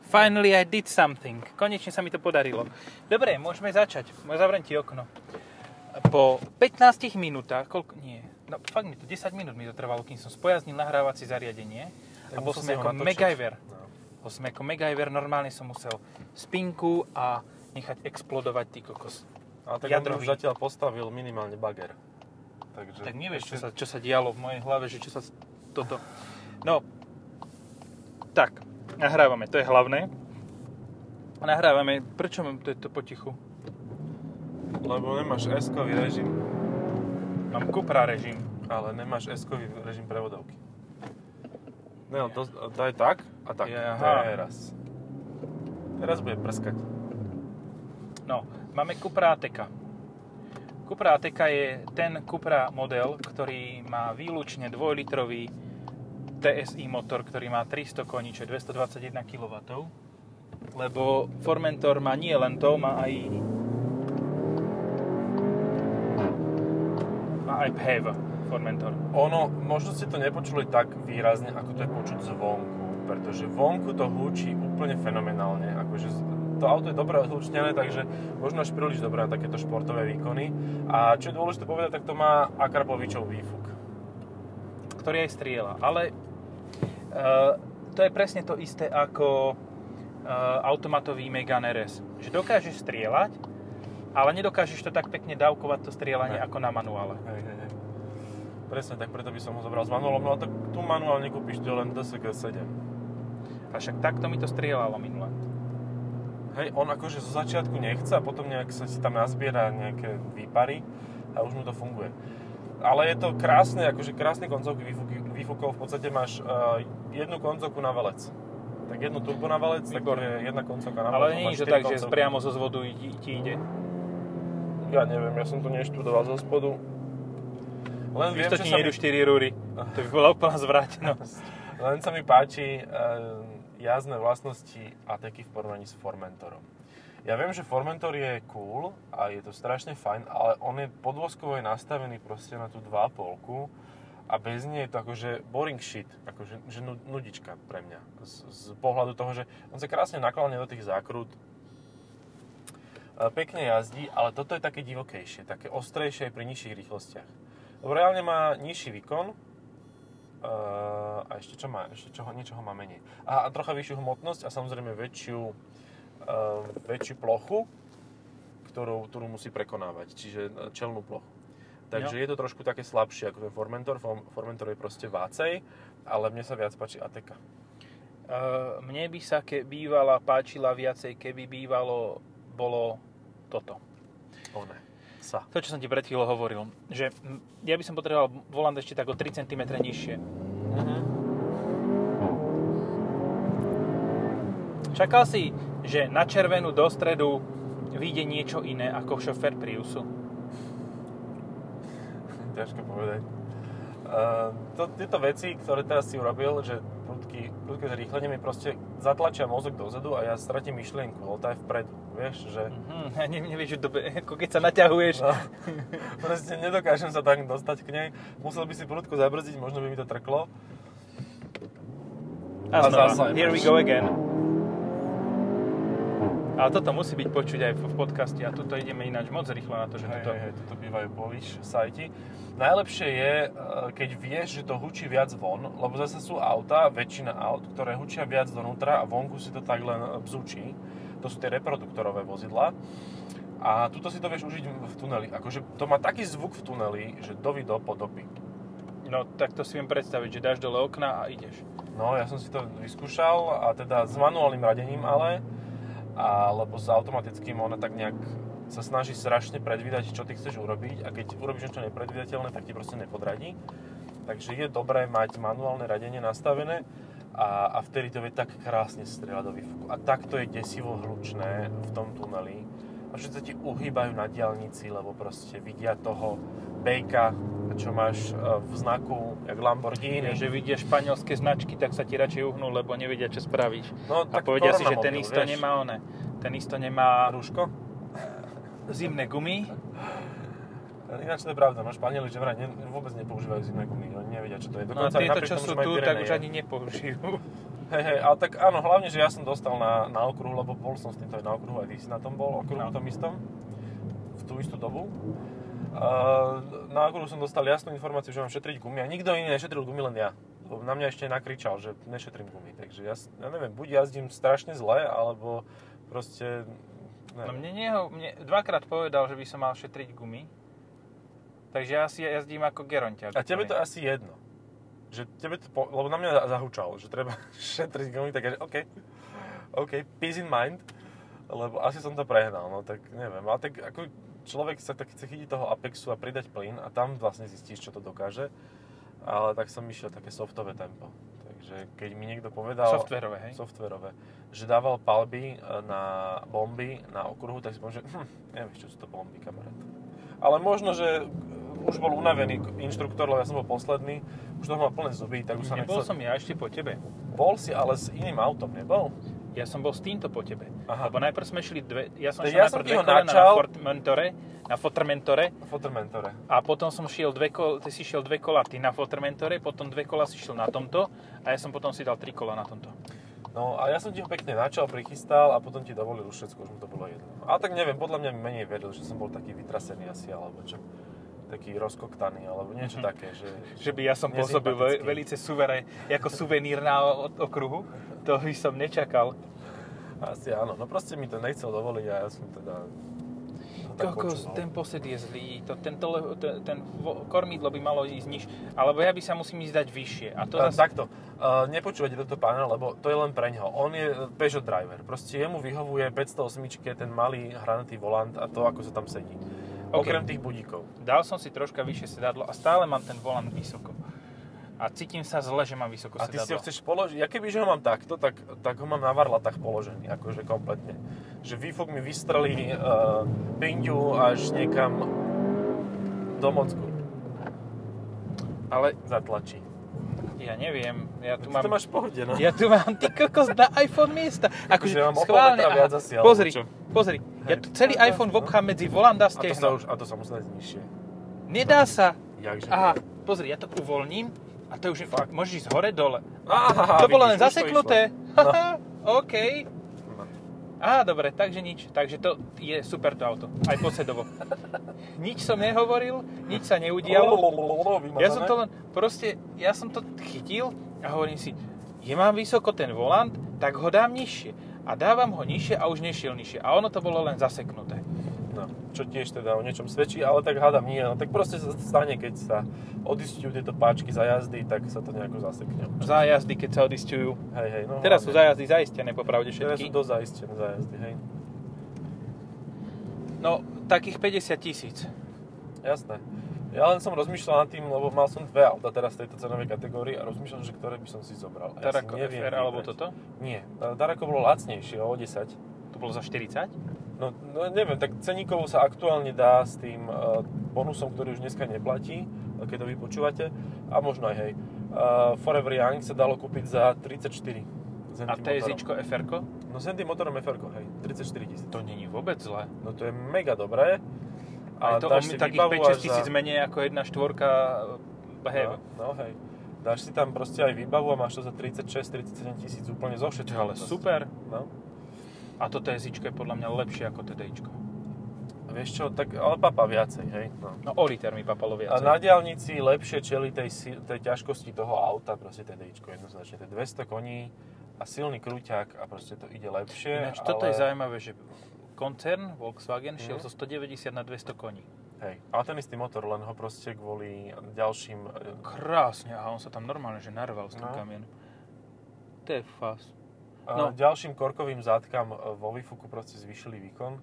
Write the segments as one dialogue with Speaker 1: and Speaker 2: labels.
Speaker 1: Finally I did something. Konečne sa mi to podarilo. Dobre, môžeme začať. Mo- Zavriem ti okno. Po 15 minútach, koľko, nie, no fakt mi to, 10 minút mi to trvalo, kým som spojaznil nahrávacie zariadenie. a bol som ako MacGyver. Bol som ako MacGyver, normálne som musel spinku a nechať explodovať ty kokos.
Speaker 2: Ale tak
Speaker 1: Jadrový.
Speaker 2: on už zatiaľ postavil minimálne bager. Takže
Speaker 1: Tak nevieš, čo sa, čo sa dialo v mojej hlave, že čo sa toto... No, tak, nahrávame, to je hlavné. Nahrávame, prečo mám to, to potichu?
Speaker 2: Lebo nemáš S-kový režim,
Speaker 1: Mám Cupra režim.
Speaker 2: ale nemáš S-kový režim prevodovky. Ne, to, to je tak a tak.
Speaker 1: Jaha.
Speaker 2: Teraz. Teraz bude prskať.
Speaker 1: No, máme Cupra Ateca. Cupra Ateca je ten Cupra model, ktorý má výlučne 2-litrový TSI motor, ktorý má 300 koní, čo je 221 kW. Lebo Formentor má nie len to, má aj má aj PHEV Formentor.
Speaker 2: Ono, možno ste to nepočuli tak výrazne, ako to je počuť zvonku, pretože vonku to húči úplne fenomenálne. Akože z- to auto je dobre odhlučnené, takže možno až príliš dobré na takéto športové výkony. A čo je dôležité povedať, tak to má Akrapovičov výfuk.
Speaker 1: ktorý aj strieľa. Ale e, to je presne to isté ako e, automatový Megane RS. Že dokážeš strieľať, ale nedokážeš to tak pekne dávkovať to strieľanie
Speaker 2: Ne.
Speaker 1: ako na manuále.
Speaker 2: Hej, hej, hej. Presne, tak preto by som ho zobral s manuálom, no a tak tu manuál nekúpiš, to je len DSG 7.
Speaker 1: A však takto mi to strieľalo minule.
Speaker 2: Hej, on akože zo začiatku nechce a potom nejak sa si tam nazbiera nejaké výpary a už mu to funguje. Ale je to krásne, akože krásny koncovky výfuky- výfukov, v podstate máš eh, jednu koncovku na velec. Tak jednu turbo na velec, tak to
Speaker 1: Výborné.
Speaker 2: je jedna koncovka na velec.
Speaker 1: Ale
Speaker 2: máš
Speaker 1: nie je to
Speaker 2: štyri
Speaker 1: tak, že
Speaker 2: koncovky.
Speaker 1: priamo zo zvodu i- ti ide.
Speaker 2: Ja neviem, ja som to neštudoval zo spodu. Len
Speaker 1: No,
Speaker 2: viem,
Speaker 1: Víš, to
Speaker 2: že
Speaker 1: ti
Speaker 2: sa mi...
Speaker 1: nejdu 4 rúry. To by bola úplná zvrátenosť.
Speaker 2: Len sa mi páči eh, jazdné vlastnosti a taký v porovnaní s Formentorom. Ja viem, že Formentor je cool a je to strašne fajn, ale on je podvozkovo je nastavený proste na tú 2,5 a bez nej je to akože boring shit, akože že nu- nudička pre mňa. Z, z pohľadu toho, že on sa krásne nakláňa do tých zákrut, E, pekne jazdí, ale toto je také divokejšie, také ostrejšie aj pri nižších rýchlostiach. Lebo reálne má nižší výkon, Uh, a ešte čo má? Ešte čoho, niečoho má menej. A, a trocha vyššiu hmotnosť a samozrejme väčšiu, uh, väčšiu plochu, ktorú, ktorú musí prekonávať, čiže e, čelnú plochu. Takže je to trošku také slabšie ako ten Formentor. Form- Formentor je proste vácej, ale mne sa viac páči Ateka.
Speaker 1: Uh, mne by sa ke bývala páčila viacej, keby bývalo bolo toto.
Speaker 2: O ne. Sa.
Speaker 1: To, čo som ti pred chvíľou hovoril, že mm, ja by som potreboval volant ešte tak o 3 cm nižšie.
Speaker 2: Mhm.
Speaker 1: Čakal si, že na červenú do stredu vyjde niečo iné ako šofer Priusu.
Speaker 2: Ťažko povedať. Uh, to, tieto veci, ktoré teraz si urobil, že prudky, prudké zrýchlenie mi proste zatlačia mozog dozadu a ja stratím myšlienku, lebo tá je vpredu. Vieš, že
Speaker 1: Mhm, ja ne, nevieš, že dobe, ako keď sa naťahuješ.
Speaker 2: No, proste nedokážem sa tak dostať k nej. Musel by si prudko zabrzdiť, možno by mi to trklo.
Speaker 1: A
Speaker 2: a
Speaker 1: znova,
Speaker 2: zasa
Speaker 1: here we
Speaker 2: ideš.
Speaker 1: go again. Ale toto musí byť počuť aj v v podcaste a tuto ideme ináč moc rýchlo na to, že
Speaker 2: Hej,
Speaker 1: toto...
Speaker 2: hej, hej, tuto bývajú povyš sajti. Najlepšie je, e, keď vieš, že to hučí viac von, lebo zase sú auta, väčšina aut, ktoré hučia viac donútra a vonku si to tak len e, bzučí. To sú tie reproduktorové vozidla. A tuto si to vieš užiť v tuneli. Akože to má taký zvuk v tuneli, že dovido podopy.
Speaker 1: No tak to si viem predstaviť, že dáš dole okna a ideš.
Speaker 2: No, ja som si to vyskúšal a teda s manuálnym radením ale, alebo s automatickým, ona tak nejak sa snaží strašne predvídať, čo ty chceš urobiť a keď urobíš niečo nepredvídateľné, tak ti proste nepodradí. Takže je dobré mať manuálne radenie nastavené a, a vtedy to vie tak krásne strieľať do výfuku. A takto je desivo hlučné v tom tuneli. A všetci ti uhýbajú na diálnici, lebo proste vidia toho bejka, čo máš e, v znaku, jak Lamborghini.
Speaker 1: Iné, že vidia španielské značky, tak sa ti radšej uhnú, lebo nevedia, čo spravíš.
Speaker 2: No,
Speaker 1: A povedia si, že
Speaker 2: koronamobil,
Speaker 1: ten isto
Speaker 2: vieš.
Speaker 1: nemá one. Ten isto nemá
Speaker 2: rúško.
Speaker 1: zimné gumy.
Speaker 2: Ináč to je pravda, no Španieli, že vraj ne, vôbec nepoužívajú zimné gumy, oni nevedia, čo to je.
Speaker 1: No a
Speaker 2: Dokonca aj
Speaker 1: tieto,
Speaker 2: napriek
Speaker 1: čo
Speaker 2: tomu,
Speaker 1: sú
Speaker 2: že majú
Speaker 1: tu, tak už
Speaker 2: Pireneje.
Speaker 1: ani nepoužijú.
Speaker 2: Hej, hej, ale tak áno, hlavne, že ja som dostal na, na okruhu, lebo bol som s týmto aj na okruhu, aj ty si na tom bol, okruhu
Speaker 1: No.
Speaker 2: tom istom, v tú istú dobu. Uh, na okruhu som dostal jasnú informáciu, že mám šetriť gumy a nikto iný nešetril gumy, len ja. Lebo na mňa ešte nakričal, že nešetrím gumy, takže ja, s- ja neviem, buď jazdím strašne zle, alebo proste...
Speaker 1: No
Speaker 2: Neviem.
Speaker 1: mne, neho, mne dvakrát povedal, že by som mal šetriť gumy. Takže ja si jazdím ako geronťák.
Speaker 2: A tebe to
Speaker 1: úplne.
Speaker 2: asi jedno. Že tebe to, po, lebo na mňa zahučal, že treba šetriť gumy, tak ja, že OK, OK, peace in mind, lebo asi som to prehnal, no tak neviem, ale tak ako človek sa tak chce chytiť toho Apexu a pridať plyn a tam vlastne zistíš, čo to dokáže, ale tak som išiel také softové tempo. Takže keď mi niekto povedal...
Speaker 1: Softverové, hej?
Speaker 2: Softverové. Že dával palby e, na bomby na okruhu, tak si poviem, že hm, nevieš, čo sú to bomby, kamarát. Ale možno, že e, už bol unavený k- inštruktor, lebo ja som bol posledný, už toho mal plné zuby, tak už sa
Speaker 1: Nebol
Speaker 2: nechcel...
Speaker 1: som ja ešte po tebe.
Speaker 2: Bol si, ale s iným autom, nebol?
Speaker 1: Ja som bol s týmto po tebe.
Speaker 2: Aha.
Speaker 1: Lebo najprv sme šli dve... Ja som šiel
Speaker 2: Tak ja
Speaker 1: ja
Speaker 2: som
Speaker 1: najprv
Speaker 2: ti
Speaker 1: dve
Speaker 2: ho
Speaker 1: kolena
Speaker 2: načal.
Speaker 1: na Fortmentore, na Fortmentore
Speaker 2: Fotomentore.
Speaker 1: a potom som šiel dve kola, ty si šiel dve kola ty na Fortmentore, potom dve kola si šiel na tomto a ja som potom si dal tri kola na tomto.
Speaker 2: No a ja som ti ho pekne načal, prichystal a potom ti dovolil už všetko, už mu to bolo jedno. Ale tak neviem, podľa mňa mi menej veril, že som bol taký vytrasený asi, alebo čo. Taký rozkoktaný, alebo
Speaker 1: Mhm.
Speaker 2: niečo také, že...
Speaker 1: Že by ja som pôsobil ve,
Speaker 2: nesympatický.
Speaker 1: velice suvere, ako suvenír na o- okruhu. To by som nečakal.
Speaker 2: Asi áno, no proste mi to nechcel dovoliť a ja som teda... to tak
Speaker 1: Kokos,
Speaker 2: počúval.
Speaker 1: ten posed je zlý, to, ten, tole, ten, ten vo- kormidlo by malo ísť niž, alebo ja by sa musím ísť dať vyššie. A to
Speaker 2: A,
Speaker 1: zase...
Speaker 2: Takto, uh, nepočúvajte toto pána, lebo to je len pre ňoho. On je eh, Peugeot driver, proste jemu vyhovuje 508, ten malý hranatý volant a to, ako sa tam sedí.
Speaker 1: Ok.
Speaker 2: Okrem tých budíkov.
Speaker 1: Dal som si troška vyššie sedadlo a stále mám ten volant vysoko. A cítim sa zle, že mám vysoko
Speaker 2: A ty si ho
Speaker 1: sedadlo.
Speaker 2: chceš položiť, ja keby, že ho mám takto, tak, tak ho mám na varlatách položený, akože kompletne. Že výfuk mi vystrelí uh, pindu až niekam do mocku
Speaker 1: Ale
Speaker 2: zatlačí.
Speaker 1: ja neviem, ja tu
Speaker 2: Ty
Speaker 1: mám...
Speaker 2: to máš v pohode, no.
Speaker 1: Ja tu mám ty kokos na iPhone miesta. Akože
Speaker 2: ja mám o pol
Speaker 1: schválne.
Speaker 2: metra
Speaker 1: aha,
Speaker 2: viac asi, alebo
Speaker 1: pozri,
Speaker 2: čo?
Speaker 1: pozri. Ja tu celý
Speaker 2: Hej. no.
Speaker 1: iPhone vopchám medzi volant a
Speaker 2: A to sa
Speaker 1: stehno.
Speaker 2: už, a to sa musí dať nižšie.
Speaker 1: Nedá sa.
Speaker 2: Jakže?
Speaker 1: Aha, pozri, ja to uvoľním a to už je, môžeš ísť hore dole.
Speaker 2: Aha,
Speaker 1: to bolo len
Speaker 2: vidíš, už to
Speaker 1: zaseknuté.
Speaker 2: išlo. No.
Speaker 1: Haha, OK.
Speaker 2: No.
Speaker 1: Á, dobre, takže nič. Takže to je super to auto. Aj posedovo. nič som nehovoril, nič sa neudialo.
Speaker 2: Lololololo, vymazané.
Speaker 1: Ja som to len, proste, ja som to chytil a hovorím si, je mám vysoko ten volant, tak ho dám nižšie. A dávam ho nižšie a už nešiel nižšie. A ono to bolo len zaseknuté.
Speaker 2: No, čo tiež teda o niečom svedčí, ale tak hádam nie. No tak proste sa to stane, keď sa odistujú tieto páčky za jazdy, tak sa to nejako zasekne.
Speaker 1: Zájazdy, keď sa odistujú.
Speaker 2: Hej, hej, no
Speaker 1: Teraz sú
Speaker 2: hlavne.
Speaker 1: zájazdy zaistené, popravde
Speaker 2: Teraz
Speaker 1: všetky.
Speaker 2: sú dosť zaistené zájazdy, hej.
Speaker 1: No, takých 50 tisíc.
Speaker 2: Jasné. Ja len som rozmýšľal nad tým, lebo mal som dve auta teraz v tejto cenovej kategórii a rozmýšľam, že ktoré by som si zobral. A ja si
Speaker 1: Tarako
Speaker 2: neviem
Speaker 1: FR alebo
Speaker 2: vybrať.
Speaker 1: toto?
Speaker 2: Nie, Darako bolo lacnejšie o 10.
Speaker 1: To bolo za 40?
Speaker 2: No, no neviem, tak ceníkovo sa aktuálne dá s tým uh, bonusom, ktorý už dneska neplatí, eh, keď to vy počúvate, a možno aj hej. Uh, Forever Young sa dalo kúpiť za 34. S
Speaker 1: A
Speaker 2: NT motorom.
Speaker 1: TSIčko fr
Speaker 2: No s NT motorom fr hej, 34 tisíc.
Speaker 1: To není vôbec zle.
Speaker 2: No to je mega dobré.
Speaker 1: A je to o
Speaker 2: dáš si
Speaker 1: takých
Speaker 2: výbavu až
Speaker 1: 5-6 tisíc
Speaker 2: za-
Speaker 1: menej ako jedna štvorka eh,
Speaker 2: No,
Speaker 1: Behave.
Speaker 2: no hej. Dáš si tam proste aj výbavu a máš to za 36-37 tisíc úplne zo všetkého.
Speaker 1: Ale
Speaker 2: proste.
Speaker 1: super.
Speaker 2: No.
Speaker 1: A to TSIčko je podľa mňa lepšie ako TDIčko.
Speaker 2: A vieš čo, tak ale papa viacej, hej. No.
Speaker 1: No o liter mi papalo
Speaker 2: A
Speaker 1: viacej.
Speaker 2: na diálnici lepšie čeli tej, si- tej ťažkosti toho auta, proste TDIčko jednoznačne. To je 200 koní a silný kruťák a proste to ide lepšie.
Speaker 1: Ináč toto je
Speaker 2: ale...
Speaker 1: zaujímavé, že koncern Volkswagen šiel
Speaker 2: Mhm.
Speaker 1: zo 190 na 200 koní.
Speaker 2: Hej, ale ten istý motor, len ho proste kvôli ďalším... e,
Speaker 1: Krásne, a on sa tam normálne že narval s tým
Speaker 2: No.
Speaker 1: kamienom. To je fast. No.
Speaker 2: No. Ďalším korkovým zátkam e, vo výfuku proste zvýšili výkon.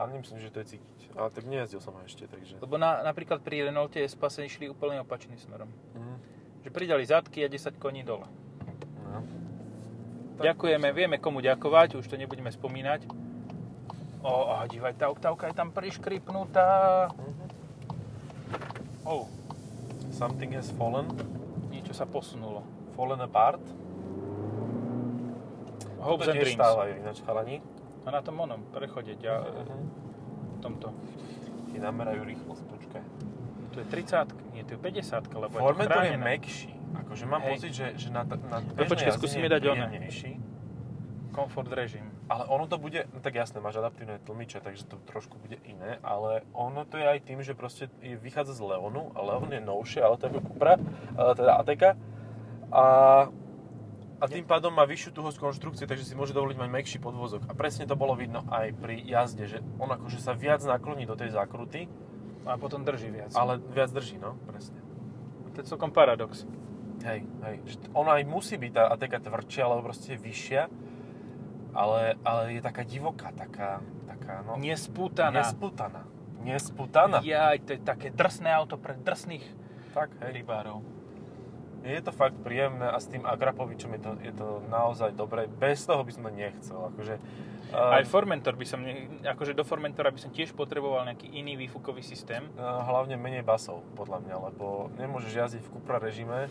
Speaker 2: A nemyslím, že to je cítiť. Ale tak nejazdil som ho ešte, takže...
Speaker 1: Lebo na, napríklad pri Renaulte Espace išli úplne opačným smerom.
Speaker 2: Mm.
Speaker 1: Že pridali zadky a 10 koní dole.
Speaker 2: No.
Speaker 1: Ďakujeme, vieme komu ďakovať, už to nebudeme spomínať. O, a divaj, tá oktávka je tam priškripnutá.
Speaker 2: Mhm.
Speaker 1: O,
Speaker 2: Something has fallen.
Speaker 1: niečo sa posunulo.
Speaker 2: Fallen apart.
Speaker 1: Hopes
Speaker 2: to
Speaker 1: and
Speaker 2: No, tiež
Speaker 1: dreams.
Speaker 2: stávajú ináč chalani. Mhm.
Speaker 1: A na tom onom prechode, ďa, v tomto.
Speaker 2: Ti namerajú rýchlosť, počkaj.
Speaker 1: To je 30, nie, to je 50, lebo
Speaker 2: Formentor
Speaker 1: je to
Speaker 2: je
Speaker 1: chránené.
Speaker 2: mekší. Akože mám
Speaker 1: Hej.
Speaker 2: pocit, že, že na, t- na
Speaker 1: No počkaj, skúsim jej dať
Speaker 2: je
Speaker 1: one.
Speaker 2: príjemnejší,
Speaker 1: Comfort režim.
Speaker 2: ale ono to bude, no tak jasné, máš adaptívne tlmiče, takže to trošku bude iné, ale ono to je aj tým, že proste je- vychádza z Leonu, a Leon je novšie, ale to je Cupra, ale teda Ateca, a, a tým pádom má vyššiu tuhosť konštrukcie, takže si môže dovoliť mať mekší podvozok. A presne to bolo vidno aj pri jazde, že on akože sa viac nakloní do tej zákruty,
Speaker 1: A potom drží viac.
Speaker 2: ale viac drží, no, presne.
Speaker 1: To je celkom paradox.
Speaker 2: Hej, hej. Že t- ona aj musí byť tá Ateka tvrdšia, alebo proste je vyššia, ale, ale je taká divoká, taká, taká, no,
Speaker 1: Nespútaná.
Speaker 2: nesputaná. Nesputaná. Je...
Speaker 1: Jaj, to je také drsné auto pre drsných
Speaker 2: Tak, hej.
Speaker 1: rybárov.
Speaker 2: Je to fakt príjemné a s tým Agrapovičom je to, je to naozaj dobré. Bez toho by som to nechcel, akože... Um,
Speaker 1: Aj Formentor by som, ne- akože do Formentora by som tiež potreboval nejaký iný výfukový systém.
Speaker 2: hlavne menej basov, podľa mňa, lebo nemôžeš jazdiť v Cupra režime,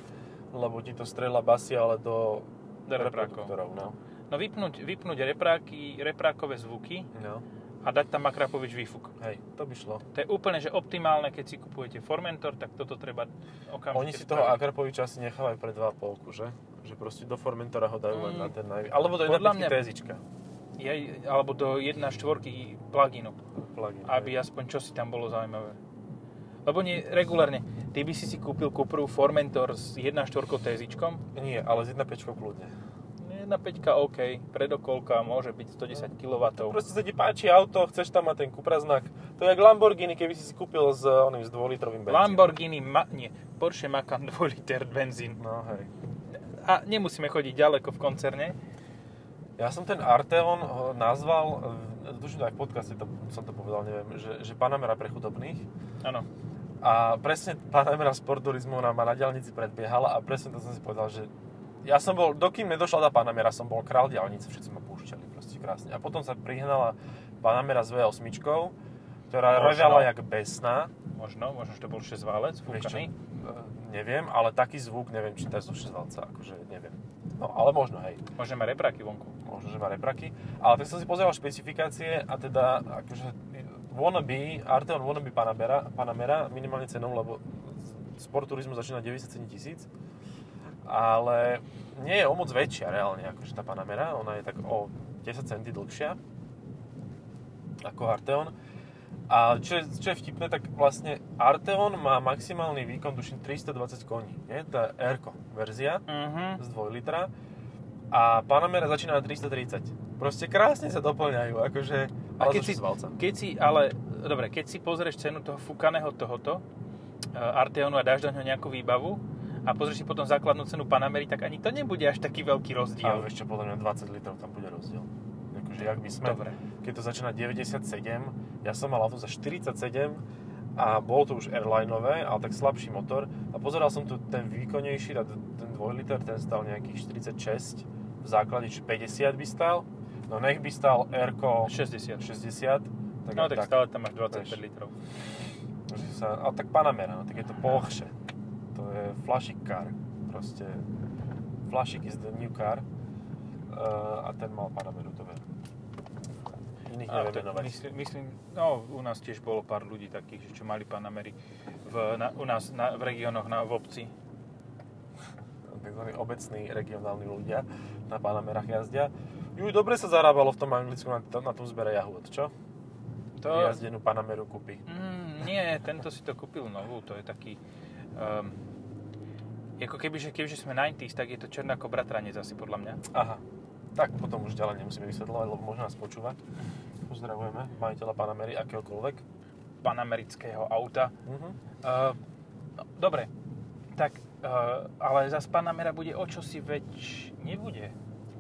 Speaker 2: lebo ti to strela basy, ale do...
Speaker 1: Do reprákov.
Speaker 2: reproduktorov, No.
Speaker 1: No vypnúť, vypnúť repráky, reprákové zvuky
Speaker 2: no,
Speaker 1: a dať tam Akrapovič výfuk.
Speaker 2: hej, to by šlo.
Speaker 1: To je úplne že optimálne, keď si kupujete Formentor, tak toto treba okamžite
Speaker 2: Oni si toho
Speaker 1: spraviť.
Speaker 2: Akrapoviča asi nechávajú pre 2,5, že? Že proste do Formentora ho dajú
Speaker 1: Mm.
Speaker 2: len na ten najvy... Alebo do 1,5
Speaker 1: Podľa mňa-
Speaker 2: tézička.
Speaker 1: Jej, alebo do 1.4 pluginu,
Speaker 2: Plug-in,
Speaker 1: aby aspoň čo si tam bolo zaujímavé. Lebo nie, regulárne, ty by si si kúpil Cupru Formentor s 1.4 TZ-čkom,
Speaker 2: hej. Nie, ale s 1,5 kľudne.
Speaker 1: 1.5 OK, predokolka môže byť 110 kW.
Speaker 2: Proste sa ti páči auto, chceš tam mať ten Cupra znak. To je jak Lamborghini, keby si si kúpil s eh, oným s 2-litrovým benzínom.
Speaker 1: Lamborghini, ma, nie, Porsche Macan 2 liter benzín.
Speaker 2: No hej.
Speaker 1: A nemusíme chodiť ďaleko v koncerne.
Speaker 2: Ja som ten Arteon ho nazval, eh, tuším to aj v podcaste to, som to povedal, neviem, že, že Panamera pre chudobných.
Speaker 1: Áno.
Speaker 2: A presne Panamera Sport Turismo nám ma na diálnici predbiehala a presne to som si povedal, že ja som bol, dokým nedošla tá Panamera, som bol král diálnice, všetci ma púšťali proste krásne. A potom sa prihnala Panamera s V8, ktorá
Speaker 1: Možno.
Speaker 2: revala jak besná.
Speaker 1: Možno, možno, že to bol 6 válec,
Speaker 2: Vieš čo?
Speaker 1: fúkaný.
Speaker 2: E, Neviem, ale taký zvuk, neviem, či to je zo 6 valca, akože neviem. No, ale možno, hej
Speaker 1: Možno má repráky vonku.
Speaker 2: možno, že má repraky. Ale tak som si pozeral špecifikácie a teda akože wannabe, Arteon wannabe Panamera, Panamera minimálne cenou, lebo sport turizmu začína 97 tisíc. Ale nie je o moc väčšia reálne, akože tá Panamera. Ona je tak o 10 cm dlhšia ako Arteon. A čo je, čo je vtipné, tak vlastne Arteon má maximálny výkon, tuším, 320 koní. Nie? Tá r verzia
Speaker 1: Mhm.
Speaker 2: z 2 litra a Panamera začína na 330. Proste krásne sa doplňajú, akože...
Speaker 1: A keď
Speaker 2: zo
Speaker 1: si,
Speaker 2: šesťvalca.
Speaker 1: keď si, ale, dobre, keď si pozrieš cenu toho fúkaného tohoto, e, Arteonu a dáš do ňoho nejakú výbavu a pozrieš si potom základnú cenu Panamery, tak ani to nebude až taký veľký
Speaker 2: Ale
Speaker 1: rozdiel.
Speaker 2: vieš čo, podľa mňa 20 litrov tam bude rozdiel. Akože, jak by sme...
Speaker 1: Dobre.
Speaker 2: Keď to začína 97, ja som mal auto za 47 a bolo to už airlineové, ale tak slabší motor. A pozeral som tu ten výkonnejší, tá- ten 2 liter, ten stal nejakých 46, v základe čiže 50 by stal. No nech by stal r
Speaker 1: 60.
Speaker 2: 60.
Speaker 1: No tak, stále tam máš 25
Speaker 2: Vieš.
Speaker 1: litrov.
Speaker 2: Že sa, ale tak Panamera, no, tak je to Porsche. To je flashy car. Proste flashik is the new car. Uh, a ten mal Panameru, to viem. Iných
Speaker 1: Áno,
Speaker 2: neviem
Speaker 1: tak
Speaker 2: menovať.
Speaker 1: Myslím, myslím, no u nás tiež bolo pár ľudí takých, že čo mali Panamery v, na, u nás na, v regiónoch na, v obci.
Speaker 2: Takzvaní obecní regionálni ľudia na Panamerách jazdia. Ju, dobre sa zarábalo v tom Anglicku na, to, na tom zbere jahôd, čo?
Speaker 1: To,
Speaker 2: Jazdenú Panameru kúpi.
Speaker 1: mm, nie, tento si to kúpil novú, to je taký... Um, ako keby, že kebyže sme 90s, tak je to černá ako bratranec asi podľa mňa.
Speaker 2: Aha. Tak potom už ďalej nemusíme vysvetľovať, lebo možno nás počúva. Pozdravujeme majiteľa Panamery akéhokoľvek.
Speaker 1: Panamerického auta.
Speaker 2: Mhm.
Speaker 1: Uh, no, dobre, tak, uh, ale zas Panamera bude o čosi väč... Nebude.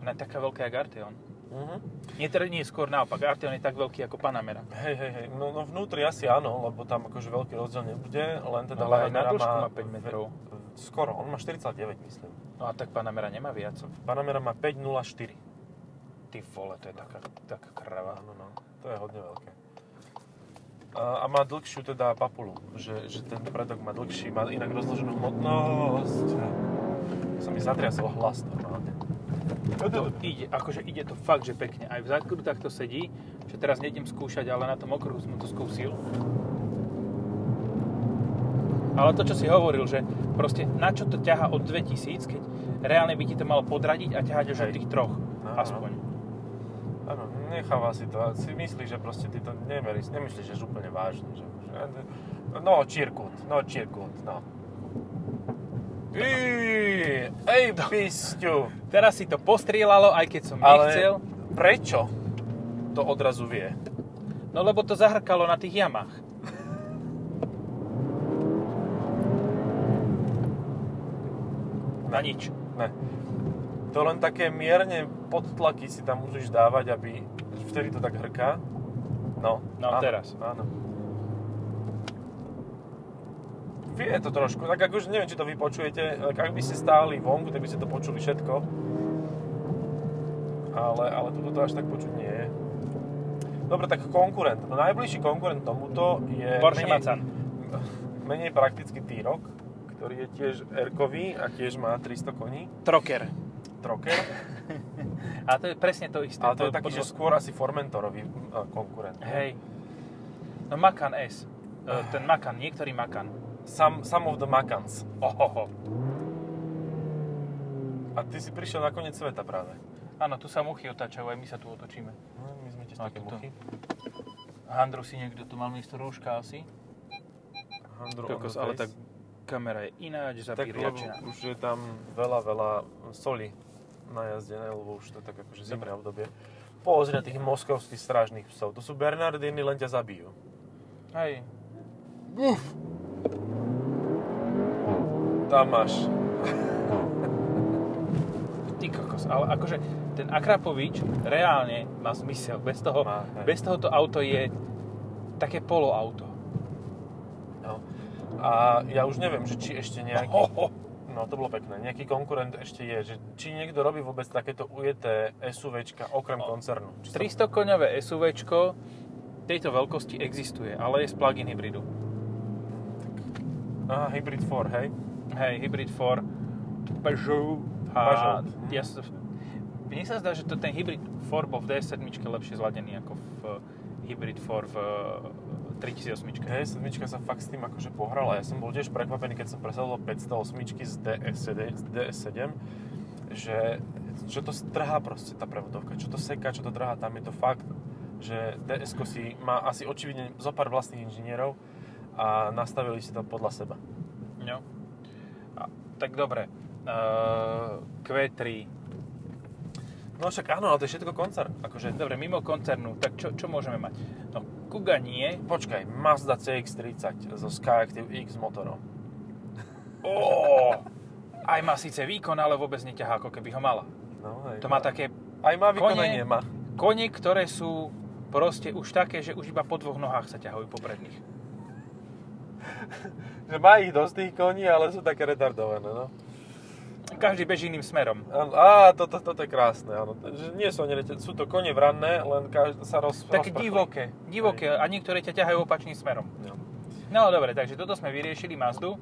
Speaker 1: Ona je taká veľká jak Arteon.
Speaker 2: Mhm.
Speaker 1: Nie, teda nie, skôr naopak. Arteon je tak veľký ako Panamera.
Speaker 2: Hej, hej, hej, no, no vnútri asi áno, lebo tam akože veľký rozdiel nebude, len teda
Speaker 1: No, Ale aj na
Speaker 2: Panamera
Speaker 1: dĺžku má 5 metrov.
Speaker 2: v- Skoro, on má 49, myslím.
Speaker 1: No a tak Panamera nemá viac.
Speaker 2: Panamera má 5,04.
Speaker 1: Ty vole, to je taká, taká krava.
Speaker 2: Áno, no, to je hodne veľké. A, a má dlhšiu teda papulu, že, že ten predok má dlhší, má inak rozloženú hmotnosť. Sa mi zatriasol hlas normálne.
Speaker 1: To ide, akože ide to fakt, že pekne. Aj v zákrutu takto sedí, že teraz nejdem skúšať, ale na tom okruhu som to skúsil. Ale to, čo si hovoril, že proste na čo to ťaha od 2000, keď reálne by ti to malo podradiť a ťahať už od
Speaker 2: Hej. No,
Speaker 1: tých troch.
Speaker 2: Áno.
Speaker 1: Aspoň.
Speaker 2: Áno, necháva si to a si myslí, že proste ty to nemeríš, nemyslíš, že je úplne vážne. Že, že, no, čirkut, no, čirkut, no. Ej, ej, pisťu.
Speaker 1: Teraz si to postrieľalo, aj keď som nechcel.
Speaker 2: Ale prečo to odrazu vie?
Speaker 1: No lebo to zahrkalo na tých jamách. Na nič.
Speaker 2: Ne. To len také mierne podtlaky si tam musíš dávať, aby vtedy to tak hrká. No.
Speaker 1: No, teraz.
Speaker 2: Áno. Vie to trošku, tak ak už neviem, či to vy počujete, ak ak by ste stáli vonku, tak by ste to počuli všetko. Ale, ale toto to až tak počuť nie je. Dobre, tak konkurent. No najbližší konkurent tomuto je...
Speaker 1: Porsche
Speaker 2: menej-
Speaker 1: Macan.
Speaker 2: Menej prakticky T-Roc, ktorý je tiež R-kový a tiež má 300 koní.
Speaker 1: Troker.
Speaker 2: Troker.
Speaker 1: A to je presne to isté.
Speaker 2: Ale to je taký,
Speaker 1: pod-
Speaker 2: že skôr asi Formentorový e, konkurent.
Speaker 1: Hej. No Macan S. E,
Speaker 2: Ah.
Speaker 1: Ten Macan, niektorý Macan.
Speaker 2: Some, some of the Macans.
Speaker 1: Ohoho.
Speaker 2: A ty si prišiel na koniec sveta práve.
Speaker 1: Áno, tu sa muchy otáčajú, aj my sa tu otočíme.
Speaker 2: No, my sme tiež
Speaker 1: A
Speaker 2: také
Speaker 1: tuto.
Speaker 2: muchy.
Speaker 1: Handru si niekto tu mal miesto rúška asi.
Speaker 2: Handro on
Speaker 1: Kokos,
Speaker 2: the
Speaker 1: ale
Speaker 2: face.
Speaker 1: tak kamera je ináč,
Speaker 2: tak lebo
Speaker 1: zapíriačená.
Speaker 2: už je tam veľa, veľa soli najazdené, lebo už to je tak akože zimné obdobie. Pozri na tých moskovských strážnych psov. To sú Bernardiny, len ťa zabijú.
Speaker 1: Hej.
Speaker 2: Tam máš.
Speaker 1: Ty kokos, ale akože ten Akrapovič reálne má zmysel. Bez toho,
Speaker 2: Má, hej.
Speaker 1: bez toho to auto je také poloauto.
Speaker 2: No. A ja už neviem, že či ešte nejaký...
Speaker 1: Ho, ho.
Speaker 2: No to bolo pekné. Nejaký konkurent ešte je. Že, či niekto robí vôbec takéto ujeté SUVčka okrem
Speaker 1: O,
Speaker 2: koncernu? Či sa-
Speaker 1: 300 koňové SUVčko tejto veľkosti existuje, ale je z plug-in hybridu.
Speaker 2: Aha, Hybrid 4, hej?
Speaker 1: Hej, Hybrid 4, Peugeot. A
Speaker 2: Peugeot.
Speaker 1: ja sa, mne sa zdá, že to ten Hybrid 4 bol v DS7 lepšie zladený ako v eh, Hybrid 4 v eh, 3008.
Speaker 2: Hej, sedmička sa fakt s tým akože pohrala. Ja som bol tiež prekvapený, keď som presadol 508 z DS7, z DS7 že čo to strhá proste tá prevodovka, čo to seká, čo to trhá, tam je to fakt, že ds si má asi očividne zo pár vlastných inžinierov a nastavili si to podľa seba.
Speaker 1: No. A, tak dobre. Uh, Q3.
Speaker 2: No však áno, ale to je všetko koncern. Akože
Speaker 1: Dobre, mimo koncernu, tak čo, čo môžeme mať? No, Kuga nie.
Speaker 2: Počkaj, Mazda CX-30 so Skyactiv X motorom.
Speaker 1: Oh! Aj má síce výkon, ale vôbec neťahá, ako keby ho mala.
Speaker 2: No, hej.
Speaker 1: To má také
Speaker 2: Aj má vykonanie,
Speaker 1: Kone.
Speaker 2: má.
Speaker 1: kone, ktoré sú proste už také, že už iba po dvoch nohách sa ťahajú popredných.
Speaker 2: Že má ich dosť tých koní, ale sú také retardované, no.
Speaker 1: Každý beží iným smerom.
Speaker 2: Áno, Á, toto to, to je krásne, áno. Že nie sú, oni rete- sú to kone vranné, len každý sa roz,
Speaker 1: Také
Speaker 2: rozprchli.
Speaker 1: divoké, divoké a niektoré ťa ťahajú opačným smerom.
Speaker 2: No.
Speaker 1: No dobre, takže toto sme vyriešili Mazdu.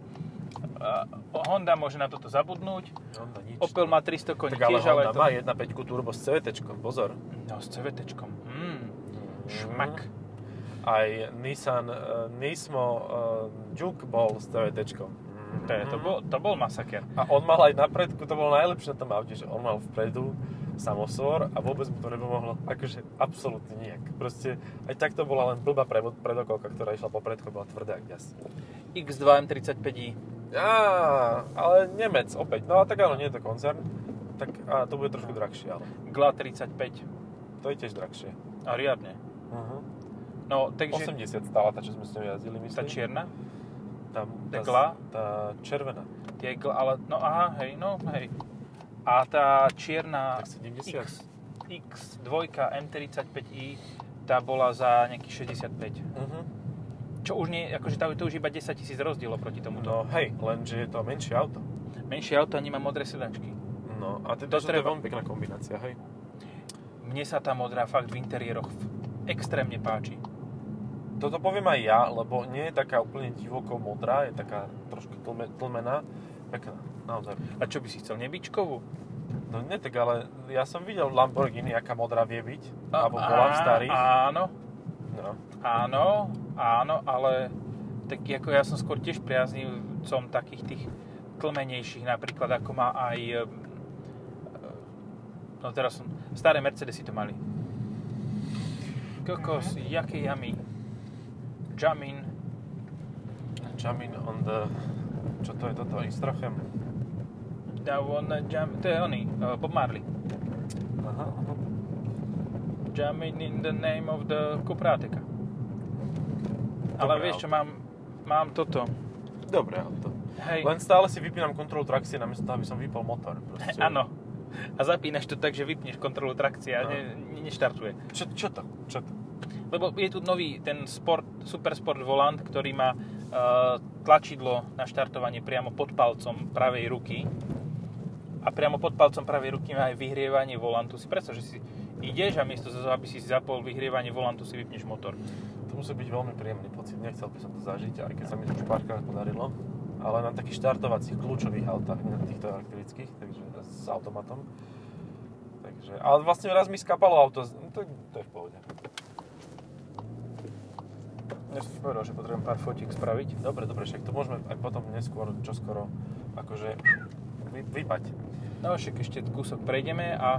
Speaker 1: A Honda môže na toto zabudnúť.
Speaker 2: Honda nič.
Speaker 1: Opel má 300 koní
Speaker 2: tak ale
Speaker 1: tiež, ale
Speaker 2: Honda
Speaker 1: to...
Speaker 2: no. má 1.5 turbo s CVT, pozor.
Speaker 1: No s CVTčkom. Mm, šmak.
Speaker 2: Aj Nissan uh, Nismo uh, Juke bol s Mhm. CVT.
Speaker 1: To, je, to, bol, to bol masaker.
Speaker 2: A on mal aj napredku, to bolo najlepšie na tom aute, že on mal vpredu samosvor a vôbec mu to nepomohlo. Akože absolútne nijak. Proste aj tak to bola len blbá prevod, predokolka, ktorá išla po predku, bola tvrdá jak ďas.
Speaker 1: X2 M35i.
Speaker 2: Á, ale Nemec opäť. No a tak áno, nie je to koncern. Tak á, to bude trošku drahšie, ale
Speaker 1: GLA 35.
Speaker 2: to je tiež drahšie.
Speaker 1: A riadne.
Speaker 2: Uh-huh.
Speaker 1: No, takže
Speaker 2: 80 stála tá, čo sme s ňou jazdili,
Speaker 1: tá
Speaker 2: myslím.
Speaker 1: čierna,
Speaker 2: tá, tá,
Speaker 1: Tekla?
Speaker 2: tá červená.
Speaker 1: tie GLA, ale no aha, hej, no hej. A tá čierna
Speaker 2: Tak 70.
Speaker 1: X, X2 M35i, tá bola za nejakých 65.
Speaker 2: Uh-huh.
Speaker 1: Čo už nie, akože tá, to už iba 10 tisíc rozdielo proti tomuto.
Speaker 2: No hej, lenže je to menšie auto.
Speaker 1: Menšie auto a nemá modré sedačky.
Speaker 2: No a
Speaker 1: To
Speaker 2: teda, že to je
Speaker 1: treba.
Speaker 2: veľmi pekná kombinácia, hej.
Speaker 1: Mne sa tá modrá fakt v interiéroch v- extrémne páči.
Speaker 2: Toto poviem aj ja, lebo nie je taká úplne divoko modrá, je taká trošku tlme, tlmená. Pekná, naozaj.
Speaker 1: A čo by si chcel, nebičkovú?
Speaker 2: No nie tak, ale ja som videl Lamborghini, aká modrá vie byť.
Speaker 1: A-
Speaker 2: Alebo bola v
Speaker 1: á-
Speaker 2: starých.
Speaker 1: Áno,
Speaker 2: No.
Speaker 1: áno, áno, ale tak ako ja som skôr tiež priaznivcom takých tých tlmenejších, napríklad ako má aj e, e, no teraz som, staré Mercedesy to mali. Kokos, mm-hmm. jaké jamy. Jamin.
Speaker 2: Jamin on the... Čo to je toto? Instrachem?
Speaker 1: Da one eh, jam, to je oný, e, Bob Marley.
Speaker 2: Aha, aha.
Speaker 1: Jamin in the name of the Kuprateka. Ale
Speaker 2: Dobré
Speaker 1: vieš čo,
Speaker 2: auto.
Speaker 1: mám, mám toto.
Speaker 2: Dobré auto.
Speaker 1: Hej.
Speaker 2: Len stále si vypínam kontrolu trakcie namiesto toho, aby som vypol motor. Proste.
Speaker 1: Áno. A zapínaš to tak, že vypneš kontrolu trakcie a
Speaker 2: No.
Speaker 1: ne, ne, neštartuje.
Speaker 2: Čo, čo to? Čo to?
Speaker 1: Lebo je tu nový ten sport, super sport volant, ktorý má e, tlačidlo na štartovanie priamo pod palcom pravej ruky. A priamo pod palcom pravej ruky má aj vyhrievanie volantu. Si predstav, že si ideš a miesto toho, aby si si zapol vyhrievanie volantu, si vypneš motor.
Speaker 2: To musí byť veľmi príjemný pocit. Nechcel by som to zažiť, aj keď sa mi to už párkrát podarilo. Ale na takých štartovacích kľúčových autách, nie na týchto elektrických, takže s automatom. Takže, ale vlastne raz mi skapalo auto, z- no to, to je v pohode.
Speaker 1: Ja som ti povedal, že potrebujem pár fotiek spraviť.
Speaker 2: Dobre, dobre, však to môžeme aj potom neskôr, čoskoro, akože vy, vypať.
Speaker 1: No však ešte kúsok prejdeme a...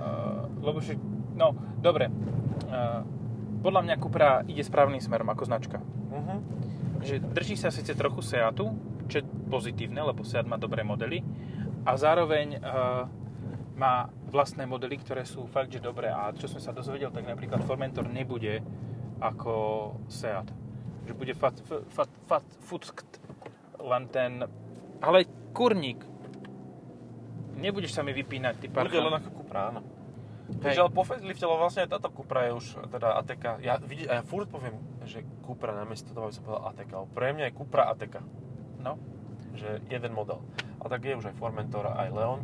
Speaker 1: Uh, lebo však... No, dobre. Uh, podľa mňa Cupra ide správnym smerom ako značka.
Speaker 2: Mhm.
Speaker 1: Že drží sa síce trochu Seatu, čo je pozitívne, lebo Seat má dobré modely a zároveň uh, má vlastné modely, ktoré sú fakt, že dobré a čo som sa dozvedel, tak napríklad Formentor nebude ako Seat. Že bude fat, f- fat, fat, futskt len ten... Ale kurník, nebudeš sa mi vypínať, ty
Speaker 2: Bude len
Speaker 1: parchan.
Speaker 2: ako Cupra, áno.
Speaker 1: Hej.
Speaker 2: Takže ale po facelifte, ale vlastne aj táto Cupra je už, teda Ateka, ja, vidí, a ja furt poviem, že Cupra namiesto toho, aby som povedal Ateka, ale pre mňa je Cupra Ateka,
Speaker 1: No,
Speaker 2: že jeden model. A tak je už aj Formentor, aj Leon.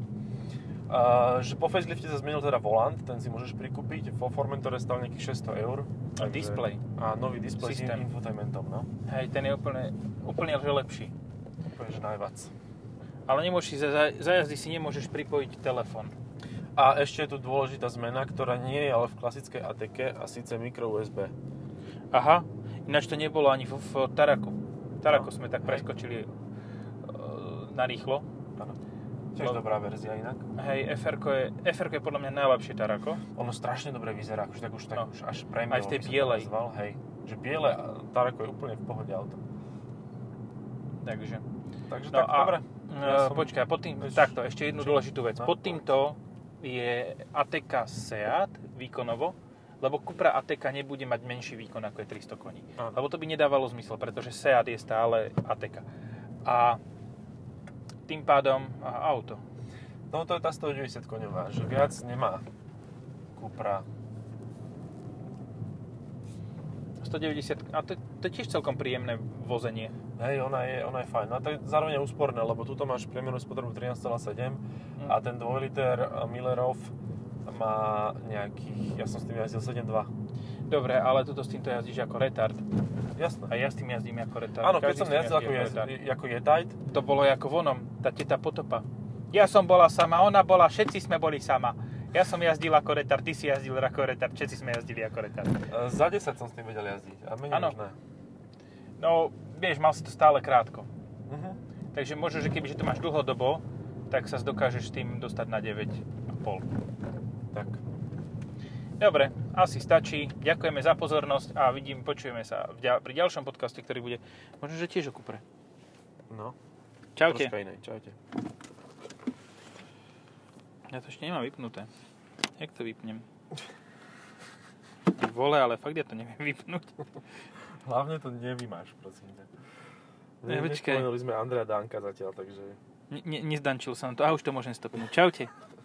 Speaker 2: Uh, že po facelifte sa zmenil teda volant, ten si môžeš prikúpiť, vo Formentore stal nejakých 600 eur.
Speaker 1: a display.
Speaker 2: A nový displej s
Speaker 1: Systém.
Speaker 2: infotainmentom, no.
Speaker 1: Hej, ten je úplne, úplne že lepší.
Speaker 2: Úplne, že najvac.
Speaker 1: Ale nemôžeš si, za, za- za jazdy si nemôžeš pripojiť telefon.
Speaker 2: A ešte je tu dôležitá zmena, ktorá nie je ale v klasickej Ateke a síce micro USB.
Speaker 1: Aha, ináč to nebolo ani v, v Taraku. Taraku
Speaker 2: No,
Speaker 1: sme tak
Speaker 2: hej.
Speaker 1: preskočili e, na rýchlo.
Speaker 2: Áno. Tiež
Speaker 1: No.
Speaker 2: dobrá verzia inak.
Speaker 1: Hej, fr je, fr je podľa mňa najlepšie Tarako.
Speaker 2: Ono strašne dobre vyzerá, akože tak už, tak
Speaker 1: No.
Speaker 2: už až premium.
Speaker 1: Aj v tej
Speaker 2: by som to
Speaker 1: bielej.
Speaker 2: Nazval, hej. Že biele, a Tarako je úplne v pohode auto.
Speaker 1: Takže,
Speaker 2: Takže
Speaker 1: No
Speaker 2: tak,
Speaker 1: a-
Speaker 2: dobre.
Speaker 1: ja
Speaker 2: som-
Speaker 1: počkaj, pod tým,
Speaker 2: Vieš-
Speaker 1: takto, ešte jednu
Speaker 2: či-
Speaker 1: dôležitú vec.
Speaker 2: no,
Speaker 1: Pod týmto je ATK Seat výkonovo, lebo Cupra ATK nebude mať menší výkon ako je 300 koní.
Speaker 2: Áno.
Speaker 1: Lebo to by nedávalo zmysel, pretože Seat je stále ATK. A tým pádom a auto.
Speaker 2: No to je tá 190 koňová, že viac nemá Cupra.
Speaker 1: 190, a to, to je tiež celkom príjemné vozenie.
Speaker 2: Hej, ona je, ona je fajn. No a to je zároveň aj úsporné, lebo tuto máš priemernú spotrebu 13,7
Speaker 1: Mm.
Speaker 2: a ten 2 liter Millerov má nejakých, ja som s tým jazdil 7,2.
Speaker 1: Dobre, ale tuto s týmto jazdíš ako retard.
Speaker 2: Jasné.
Speaker 1: A ja s tým jazdím ako retard.
Speaker 2: Áno, keď
Speaker 1: Každý
Speaker 2: som
Speaker 1: s tým
Speaker 2: jazdil ako,
Speaker 1: jazdí
Speaker 2: jaz,
Speaker 1: retard.
Speaker 2: ako jetajt,
Speaker 1: To bolo ako vonom, tá teta potopa. Ja som bola sama, ona bola, všetci sme boli sama. Ja som jazdil ako retard, ty si jazdil ako retard, všetci sme jazdili ako retard.
Speaker 2: e, za 10 som s tým vedel jazdiť a menej
Speaker 1: Áno.
Speaker 2: už ne.
Speaker 1: No, vieš, mal si to stále krátko.
Speaker 2: Mhm.
Speaker 1: Takže možno, že kebyže to máš dlhodobo, tak sa dokážeš s tým dostať na 9,5.
Speaker 2: Tak.
Speaker 1: Dobre, asi stačí. Ďakujeme za pozornosť a vidím, počujeme sa v ďal- pri ďalšom podcaste, ktorý bude možno, že tiež o Kupre.
Speaker 2: No,
Speaker 1: Čaute.
Speaker 2: troška inej. Čaute.
Speaker 1: Ja to ešte nemám vypnuté. Jak to vypnem? Ty Vole, ale fakt ja to neviem vypnúť.
Speaker 2: Hlavne to nevymáš, prosím ťa.
Speaker 1: Ne, počkaj.
Speaker 2: Nespomenuli sme Andrea Danka zatiaľ, takže...
Speaker 1: Ne, ne, nezdančil som to. A už to môžem stopnúť. Čaute.